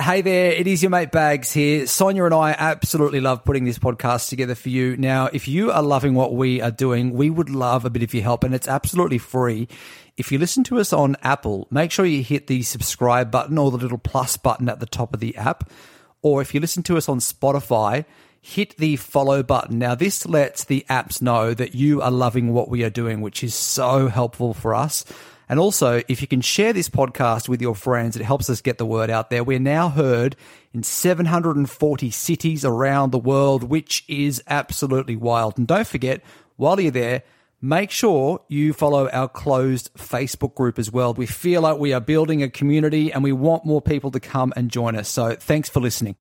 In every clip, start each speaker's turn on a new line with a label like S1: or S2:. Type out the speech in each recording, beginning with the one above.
S1: Hey there, it is your mate Bags here. Sonia and I absolutely love putting this podcast together for you. Now, if you are loving what we are doing, we would love a bit of your help, and it's absolutely free. If you listen to us on Apple, make sure you hit the subscribe button or the little plus button at the top of the app. Or if you listen to us on Spotify, hit the follow button. Now, this lets the apps know that you are loving what we are doing, which is so helpful for us. And also, if you can share this podcast with your friends, it helps us get the word out there. We're now heard in 740 cities around the world, which is absolutely wild. And don't forget, while you're there, make sure you follow our closed Facebook group as well. We feel like we are building a community and we want more people to come and join us. So thanks for listening.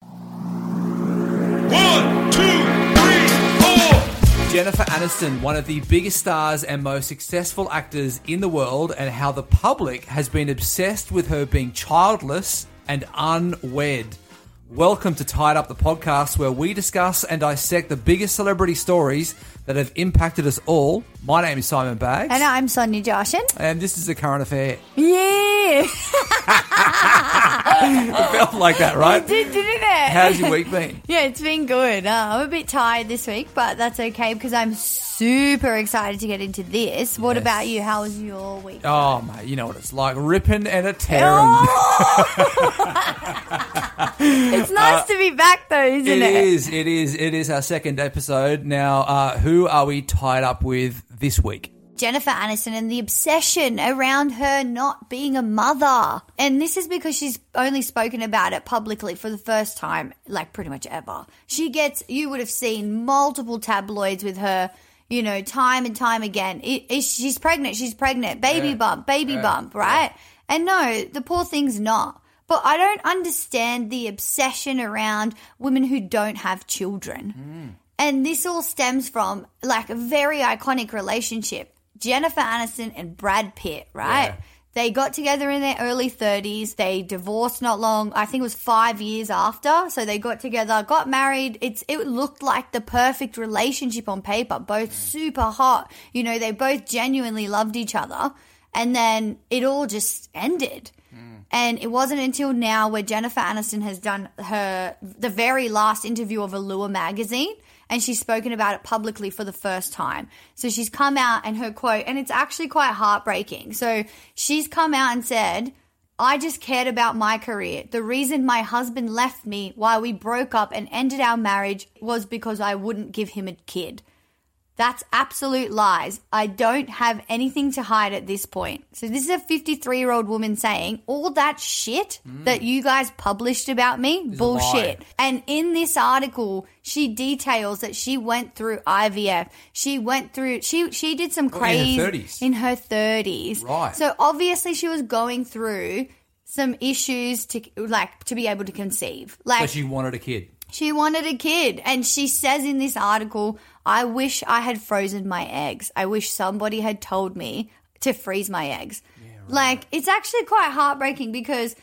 S2: One, two, three, four.
S1: Jennifer Aniston, one of the biggest stars and most successful actors in the world, and how the public has been obsessed with her being childless and unwed. Welcome to Tied Up the podcast, where we discuss and dissect the biggest celebrity stories that have impacted us all. My name is Simon Bags,
S3: And I'm Sonia Joshin.
S1: and this is a current affair.
S3: Yeah.
S1: It felt like that, right?
S3: It did, didn't it?
S1: How's your week been?
S3: Yeah, it's been good. Uh, I'm a bit tired this week, but that's okay because I'm super excited to get into this. What
S1: Yes.
S3: about you? How was your week?
S1: Oh mate, you know what it's like ripping and a tearing.
S3: it's nice to be back though, isn't it?
S1: It is. It is. It is our second episode now. Uh, who are we tied up with this week?
S3: Jennifer Aniston and the obsession around her not being a mother. And this is because she's only spoken about it publicly for the first time, like pretty much ever. She gets, you would have seen multiple tabloids with her, you know, time and time again. I is- she's pregnant, she's pregnant, baby bump, baby bump, right? And no, the poor thing's not. But I don't understand the obsession around women who don't have children. And this all stems from like a very iconic relationship. Jennifer Aniston and Brad Pitt, right? They got together in their early 30s. They divorced not long. I think it was 5 years after. So they got together, got married. It's it looked like the perfect relationship on paper. Both super hot. You know, they both genuinely loved each other. And then it all just ended. And it wasn't until now where Jennifer Aniston has done her the very last interview of Allure magazine and she's spoken about it publicly for the first time. So she's come out and her quote and it's actually quite heartbreaking. So she's come out and said, "I just cared about my career. The reason my husband left me while we broke up and ended our marriage was because I wouldn't give him a kid." That's absolute lies. I don't have anything to hide at this point. So, this is a 53 year old woman saying all that shit that you guys published about me, bullshit. And in this article, she details that she went through IVF. She went through, she, she did some
S1: Oh, in
S3: crazy.
S1: her 30s.
S3: In her 30s.
S1: Right.
S3: So, obviously, she was going through some issues to like to be able to conceive like
S1: That you wanted a kid.
S3: she wanted a kid. And she says in this article, I wish I had frozen my eggs. I wish somebody had told me to freeze my eggs. Like, it's actually quite heartbreaking because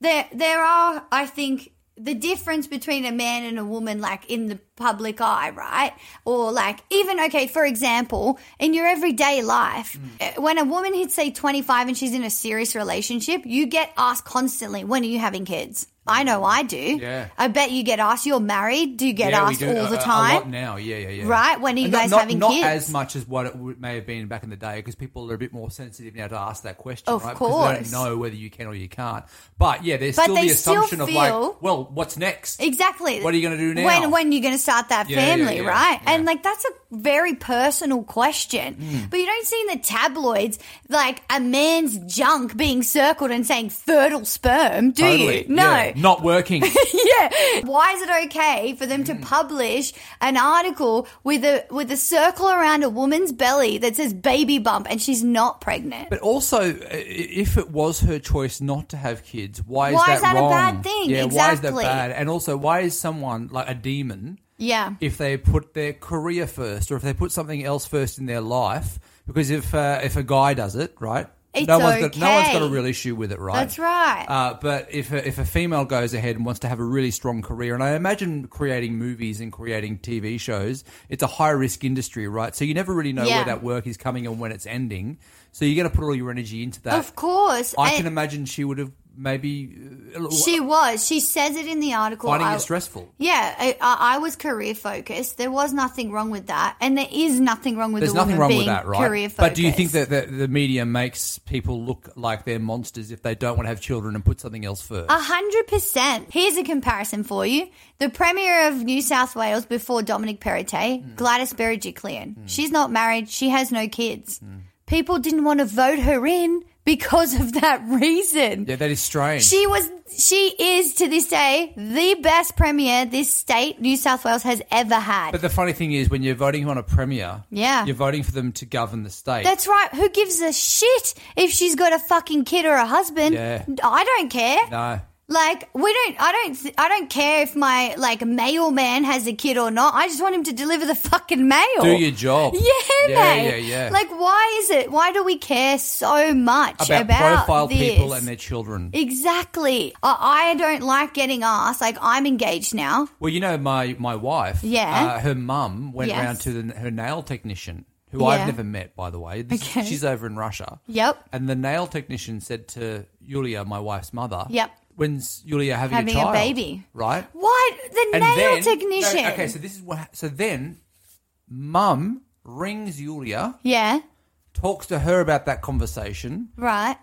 S3: there, there are, I think, the difference between a man and a woman, like in the public eye, right? Or like, even, okay, for example, in your everyday life, eh, when a woman hits, say, 25 and she's in a serious relationship, you get asked constantly, when are you having kids? I know I do.
S1: Yeah.
S3: I bet you get asked. You're married. Do you get
S1: yeah, we
S3: asked
S1: do uh,
S3: all
S1: a-
S3: the
S1: a- A lot
S3: time?
S1: now, yeah, yeah, yeah.
S3: Right, when are you
S1: And not-
S3: guys
S1: not,
S3: having
S1: not
S3: kids?
S1: as much as what it w- may have been back in the day, because people are a bit more sensitive now to ask that question,
S3: Of
S1: right? Because
S3: course.
S1: they don't know whether you can or you can't. But yeah, there's
S3: But
S1: still the
S3: they still
S1: assumption of
S3: feel-
S1: like, well, what's next?
S3: Exactly.
S1: What are you gonna do now?
S3: When when you're going to start that
S1: Yeah, yeah,
S3: family,
S1: yeah,
S3: right?
S1: yeah. Hmm.
S3: And like that's a very personal question. But you don't see in the tabloids like a man's junk being circled and saying fertile sperm, do
S1: Totally.
S3: you? No.
S1: Yeah. Not working.
S3: Why is it okay for them to
S1: Hmm.
S3: publish an article with a with a circle around a woman's belly that says baby bump and she's not pregnant?
S1: But also, uh, if it was her choice not to have kids, why is
S3: Why
S1: that,
S3: is that a
S1: wrong?
S3: bad thing?
S1: Yeah, why is that
S3: Exactly.
S1: bad? And also, why is someone like a demon,
S3: yeah.
S1: if they put their career first or if they put something else first in their life? Because if uh, if a guy does it, right,
S3: It's
S1: no one's got no one's
S3: okay.
S1: got a real issue with it, right?
S3: That's right.
S1: Uh, but if a, if a female goes ahead and wants to have a really strong career, and I imagine creating movies and creating TV shows, it's a high risk industry, right? So you never really know
S3: Yeah.
S1: where that work is coming and when it's ending. So you got to put all your energy into that.
S3: of course.
S1: uh, I
S3: And
S1: can imagine she would have maybe uh,
S3: she was. She says it in the article.
S1: finding
S3: I-
S1: it stressful.
S3: Yeah, I, I I was career focused. There was nothing wrong with that, and there is nothing wrong with
S1: There's
S3: a woman
S1: nothing wrong
S3: being
S1: with that, right?
S3: career focused.
S1: But do you think that the, the media makes people look like they're monsters if they don't want to have children and put something else first?
S3: A hundred percent. Here's a comparison for you: the Premier of New South Wales before Dominic Perrottet,
S1: Hmm.
S3: Gladys Berejiklian. She's not married. She has no kids.
S1: Hmm.
S3: People didn't want to vote her in because of that reason.
S1: yeah, that is strange.
S3: She was, she is to this day the best Premier this state, New South Wales, has ever had.
S1: But the funny thing is, when you're voting on a premier,
S3: Yeah.
S1: you're voting for them to govern the state.
S3: That's right. Who gives a shit if she's got a fucking kid or a husband?
S1: Yeah.
S3: I don't care.
S1: no.
S3: Like we don't. I don't. th- I don't care if my like mailman has a kid or not. I just want him to deliver the fucking mail.
S1: Do your job.
S3: Oh. Yeah,
S1: yeah,
S3: mate.
S1: yeah, yeah.
S3: Like, why is it? Why do we care so much
S1: about,
S3: about,
S1: profile
S3: this?
S1: people and their children.
S3: exactly. I, I don't like getting asked. Like, I'm engaged now.
S1: Well, you know, my my wife,
S3: Yeah.
S1: uh, her mum went
S3: Yes.
S1: round to the, her nail technician, who
S3: Yeah.
S1: I've never met, by the way. This,
S3: Okay.
S1: She's over in Russia.
S3: Yep.
S1: And the nail technician said to Yulia, my wife's mother,
S3: Yep.
S1: When's Yulia having,
S3: Having a
S1: a child?
S3: baby.
S1: Right?
S3: What the nail
S1: then-
S3: technician?
S1: no, okay, so this is what. ha- So then, mum rings Yulia,
S3: yeah.
S1: talks to her about that conversation.
S3: Right.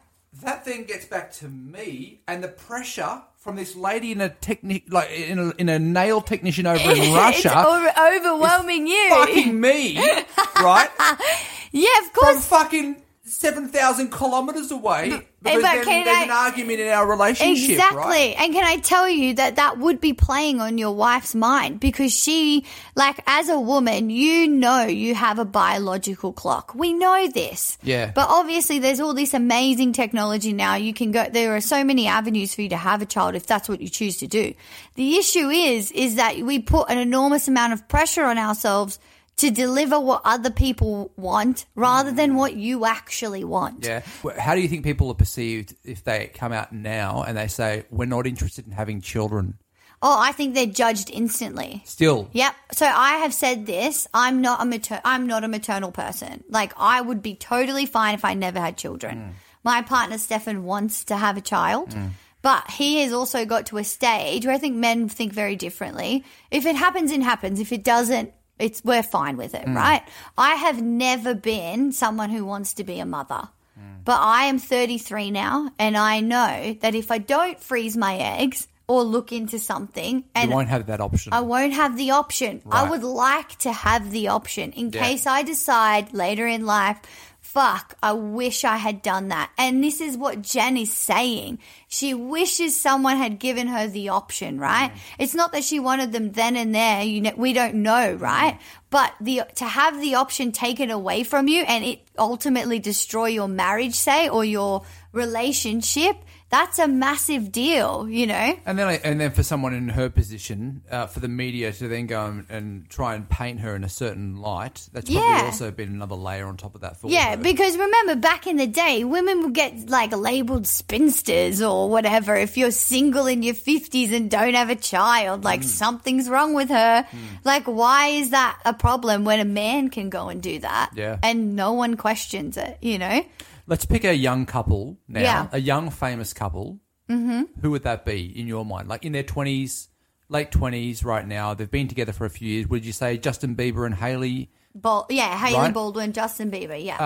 S1: That then gets back to me, and the pressure from this lady in a technic, like in a, in a nail technician over in
S3: it's
S1: Russia,
S3: o- overwhelming you.
S1: fucking me, right?
S3: yeah, of
S1: From
S3: course.
S1: fucking seven thousand kilometers away. Because
S3: but
S1: then
S3: can
S1: there's
S3: I-
S1: an argument in our relationship,
S3: Exactly.
S1: right?
S3: And can I tell you that that would be playing on your wife's mind because she, like, as a woman, you know you have a biological clock. We know this.
S1: Yeah.
S3: But obviously, there's all this amazing technology now. You can go, there are so many avenues for you to have a child if that's what you choose to do. The issue is, is that we put an enormous amount of pressure on ourselves to deliver what other people want rather than what you actually want.
S1: Yeah. Well, How do you think people are perceived if they come out now and they say we're not interested in having children?
S3: Oh, I think they're judged instantly.
S1: Still,
S3: Yep. So I have said this. I'm not a mater- I'm not a maternal person. Like I would be totally fine if I never had children.
S1: Mm.
S3: My partner Stefan wants to have a child. But he has also got to a stage where I think men think very differently. If it happens, it happens. If it doesn't, it's we're fine with
S1: Mm.
S3: it, right? I have never been someone who wants to be a mother.
S1: Mm.
S3: But I am 33 now, and I know that if I don't freeze my eggs or look into something, and
S1: you won't have that option.
S3: I won't have the option. I would like to have the option in
S1: Yeah.
S3: case I decide later in life, fuck, I wish I had done that. And this is what Jen is saying. She wishes someone had given her the option, right? It's not that she wanted them then and there. You know, we don't know, right? But the to have the option taken away from you and it ultimately destroy your marriage, say, or your relationship, that's a massive deal, you know?
S1: And then, I, and then for someone in her position, uh, for the media to then go and, and try and paint her in a certain light, that's
S3: Yeah.
S1: probably also been another layer on top of that. For
S3: Yeah,
S1: her.
S3: because remember back in the day, women would get like labeled spinsters or whatever if you're single in your 50s and don't have a child,
S1: Hmm.
S3: like something's wrong with her. Like why is that a problem when a man can go and do that?
S1: Yeah.
S3: And no one questions it, you know?
S1: let's pick a young couple now,
S3: Yeah.
S1: a young famous couple. Mm-hmm. Who would that be in your mind? Like in their twenties, late twenties, right now. They've been together for a few years. Would you say Justin Bieber and Haley?
S3: Bal- yeah, Haley
S1: Right. Uh,
S3: Baldwin, Justin Bieber, yeah.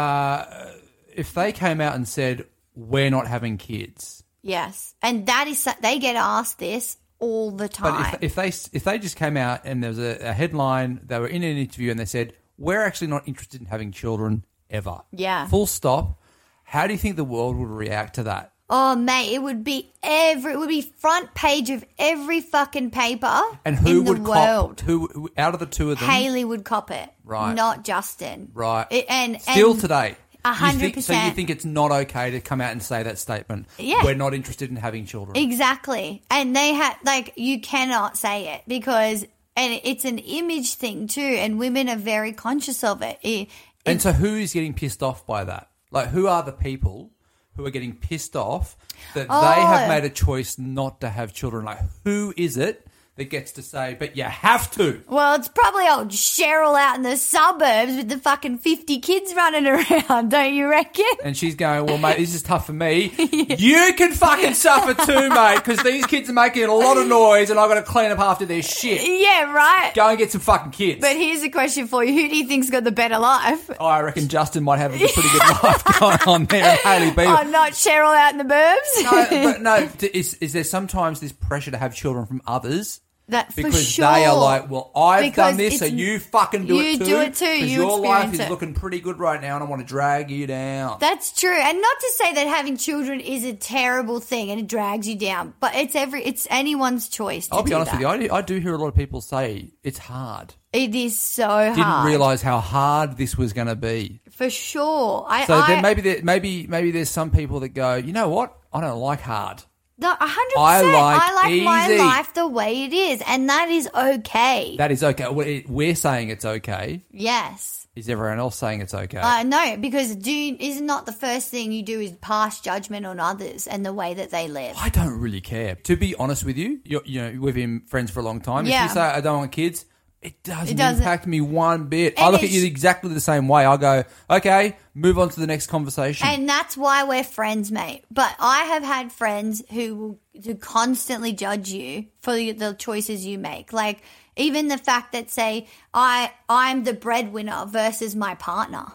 S1: If they came out and said we're not having kids,
S3: yes. And that is so- they get asked this all the time.
S1: but if, if they if they just came out and there was a, a headline, they were in an interview and they said we're actually not interested in having children ever.
S3: Yeah.
S1: Full stop. How do you think the world would react to that?
S3: Oh mate, it would be every it would be front page of every fucking paper
S1: And who
S3: in the
S1: would
S3: world.
S1: cop? Who, who out of the two of them?
S3: Haley would cop it,
S1: Right.
S3: Not Justin,
S1: Right.
S3: It- and
S1: still
S3: and
S1: today.
S3: a
S1: You
S3: hundred
S1: think- So you
S3: percent.
S1: think it's not okay to come out and say that statement?
S3: Yeah.
S1: We're not interested in having children.
S3: Exactly. And they have, like, you cannot say it because, and it's an image thing too, and women are very conscious of it. It-
S1: and so who is getting pissed off by that? Like who are the people who are getting pissed off that they
S3: Oh.
S1: have made a choice not to have children? Like who is it that gets to say, but you have to?
S3: well, it's probably old Cheryl out in the suburbs with the fucking 50 kids running around, don't you reckon?
S1: And she's going, well, mate, this is tough for me. You can fucking suffer too, mate, because these kids are making a lot of noise and I've got to clean up after their shit.
S3: Yeah, right.
S1: Go and get some fucking kids.
S3: But here's a question for you Who do you think's got the better life?
S1: Oh, I reckon Justin might have a pretty good life going on there, and Haley Bieber.
S3: Oh, not Cheryl out in the burbs?
S1: No, but no, d- is, is there sometimes this pressure to have children from others?
S3: That for
S1: Because
S3: sure.
S1: they are like, well, I've
S3: Because
S1: done this, so
S3: it's-
S1: you fucking do
S3: you
S1: it too.
S3: do it too,
S1: 'cause
S3: you
S1: your life
S3: experience
S1: is
S3: it.
S1: looking pretty good right now, and I want to drag you down.
S3: That's true. And not to say that having children is a terrible thing and it drags you down, but it's every it's anyone's choice. To
S1: I'll be
S3: do
S1: honest
S3: that.
S1: with you, I do, I do hear a lot of people say it's hard.
S3: It is so hard.
S1: Didn't realise how hard this was going to be.
S3: for sure. I,
S1: So
S3: I
S1: then maybe there, maybe maybe there's some people that go, you know what? I don't like hard.
S3: no, a hundred
S1: I
S3: percent.
S1: like
S3: I like my
S1: easy.
S3: life the way it is, and that is okay.
S1: That is okay. We- We're saying it's okay.
S3: yes.
S1: Is everyone else saying it's okay?
S3: I know because do is not the first thing you do is pass judgment on others and the way that they live.
S1: I don't really care. To be honest with you, you're, you know, we've been friends for a long time.
S3: Yeah.
S1: If you say I don't want kids, it doesn't,
S3: It doesn't-
S1: impact me one bit. I
S3: And
S1: look at
S3: it's-
S1: you exactly the same way. I go, okay, move on to the next conversation.
S3: And that's why we're friends, mate. But I have had friends who will who constantly judge you for the, the choices you make. Like even the fact that say I I'm the breadwinner versus my partner.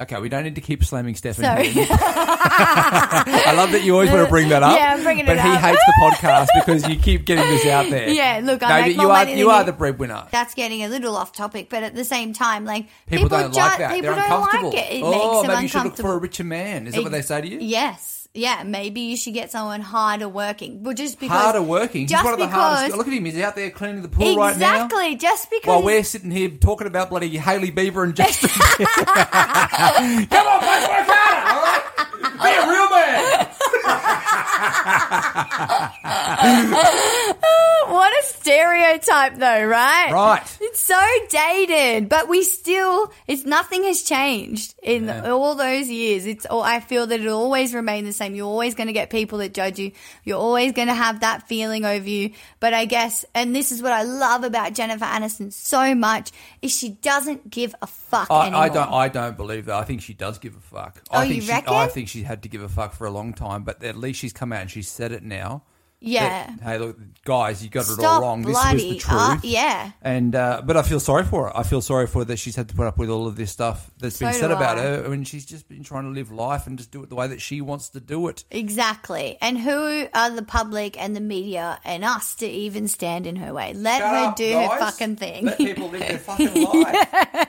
S1: okay, we don't need to keep slamming Stefan.
S3: Sorry.
S1: I love that you always want to bring that up.
S3: Yeah, I'm bringing it
S1: but
S3: up.
S1: he hates the podcast because you keep getting this out there.
S3: Yeah, look, I
S1: no,
S3: make
S1: but
S3: more
S1: you are
S3: money than
S1: you are
S3: you.
S1: the breadwinner.
S3: that's getting a little off topic, but at the same time, like
S1: People, don't
S3: ju-
S1: like that.
S3: People
S1: They're
S3: don't
S1: uncomfortable.
S3: like it. It
S1: oh,
S3: makes them
S1: maybe you should look
S3: uncomfortable.
S1: for a richer man. Is that what they say to you?
S3: Yes. Yeah, maybe you should get someone harder working. Well, just because
S1: Harder working.
S3: Just
S1: He's one of the
S3: because,
S1: hardest. Look at him. He's out there cleaning the pool right now.
S3: exactly. Just because
S1: While we're sitting here talking about bloody Haley Bieber and Justin. Come on, let's work harder, all right? Be a real man.
S3: What a stereotype, though, right?
S1: Right.
S3: It's so dated, but we still, it's nothing has changed in all those years. It's all, I feel that it'll always remain the same. You're always going to get people that judge you. You're always going to have that feeling over you. But I guess, and this is what I love about Jennifer Aniston so much, is she doesn't give a fuck anymore.
S1: I, I don't. I don't believe that. I think she does give a fuck.
S3: Oh,
S1: I
S3: you
S1: think she,
S3: reckon?
S1: I think she had to give a fuck for a long time, but at least she's come out and she's said it now.
S3: yeah.
S1: That, hey, look, guys, you got it all
S3: Stop
S1: wrong. This was
S3: bloody
S1: the truth.
S3: up. Yeah.
S1: And uh, but I feel sorry for her. I feel sorry for her that she's had to put up with all of this stuff that's been
S3: So
S1: said
S3: do
S1: about
S3: I.
S1: her. I mean, she's just been trying to live life and just do it the way that she wants to do it.
S3: Exactly. And who are the public and the media and us to even stand in her way? Let
S1: Shut
S3: her
S1: up,
S3: do her
S1: guys.
S3: fucking thing.
S1: Let people live their fucking life.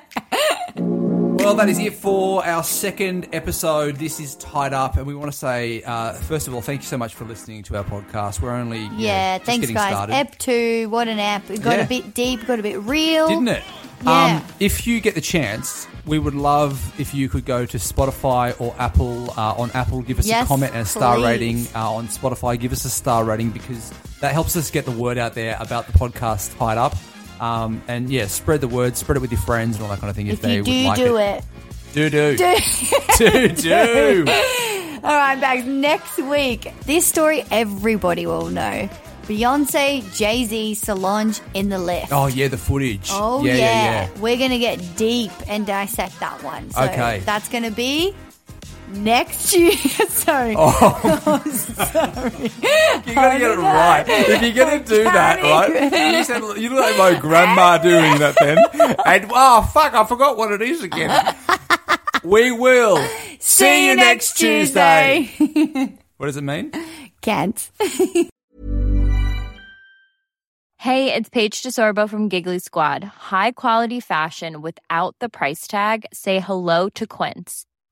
S1: Well, that is it for our second episode. This is tied up, and we want to say, uh, first of all, thank you so much for listening to our podcast. We're only you know,
S3: yeah,
S1: just
S3: thanks,
S1: getting
S3: guys.
S1: started.
S3: Ep two, what an app. It got
S1: Yeah.
S3: a bit deep, got a bit real.
S1: didn't it?
S3: Oh, Yeah.
S1: Um, if you get the chance, we would love if you could go to Spotify or Apple. Uh, on Apple, give us
S3: Yes,
S1: a comment and a star
S3: please.
S1: rating. Uh, on Spotify, give us a star rating because that helps us get the word out there about the podcast tied up. Um, and yeah, spread the word, spread it with your friends and all that kind of thing. If,
S3: If
S1: they
S3: you
S1: would
S3: do
S1: like
S3: do it.
S1: do do
S3: Do-
S1: do do.
S3: All right, Bags, next week, this story everybody will know Beyonce, Jay Z, Solange in the lift.
S1: Oh yeah, the footage.
S3: Oh,
S1: yeah, yeah, yeah.
S3: We're going to get deep and dissect that one. So
S1: Okay.
S3: that's going to be next year. sorry.
S1: Oh. You gotta get it right. If you're gonna do that,
S3: Sorry.
S1: right? You said you look like my grandma doing that then. And oh fuck, I forgot what it is again. We will see, you next Tuesday. What does it mean?
S3: Can't.
S4: Hey, it's Paige DeSorbo from Giggly Squad. High quality fashion without the price tag. Say hello to Quince.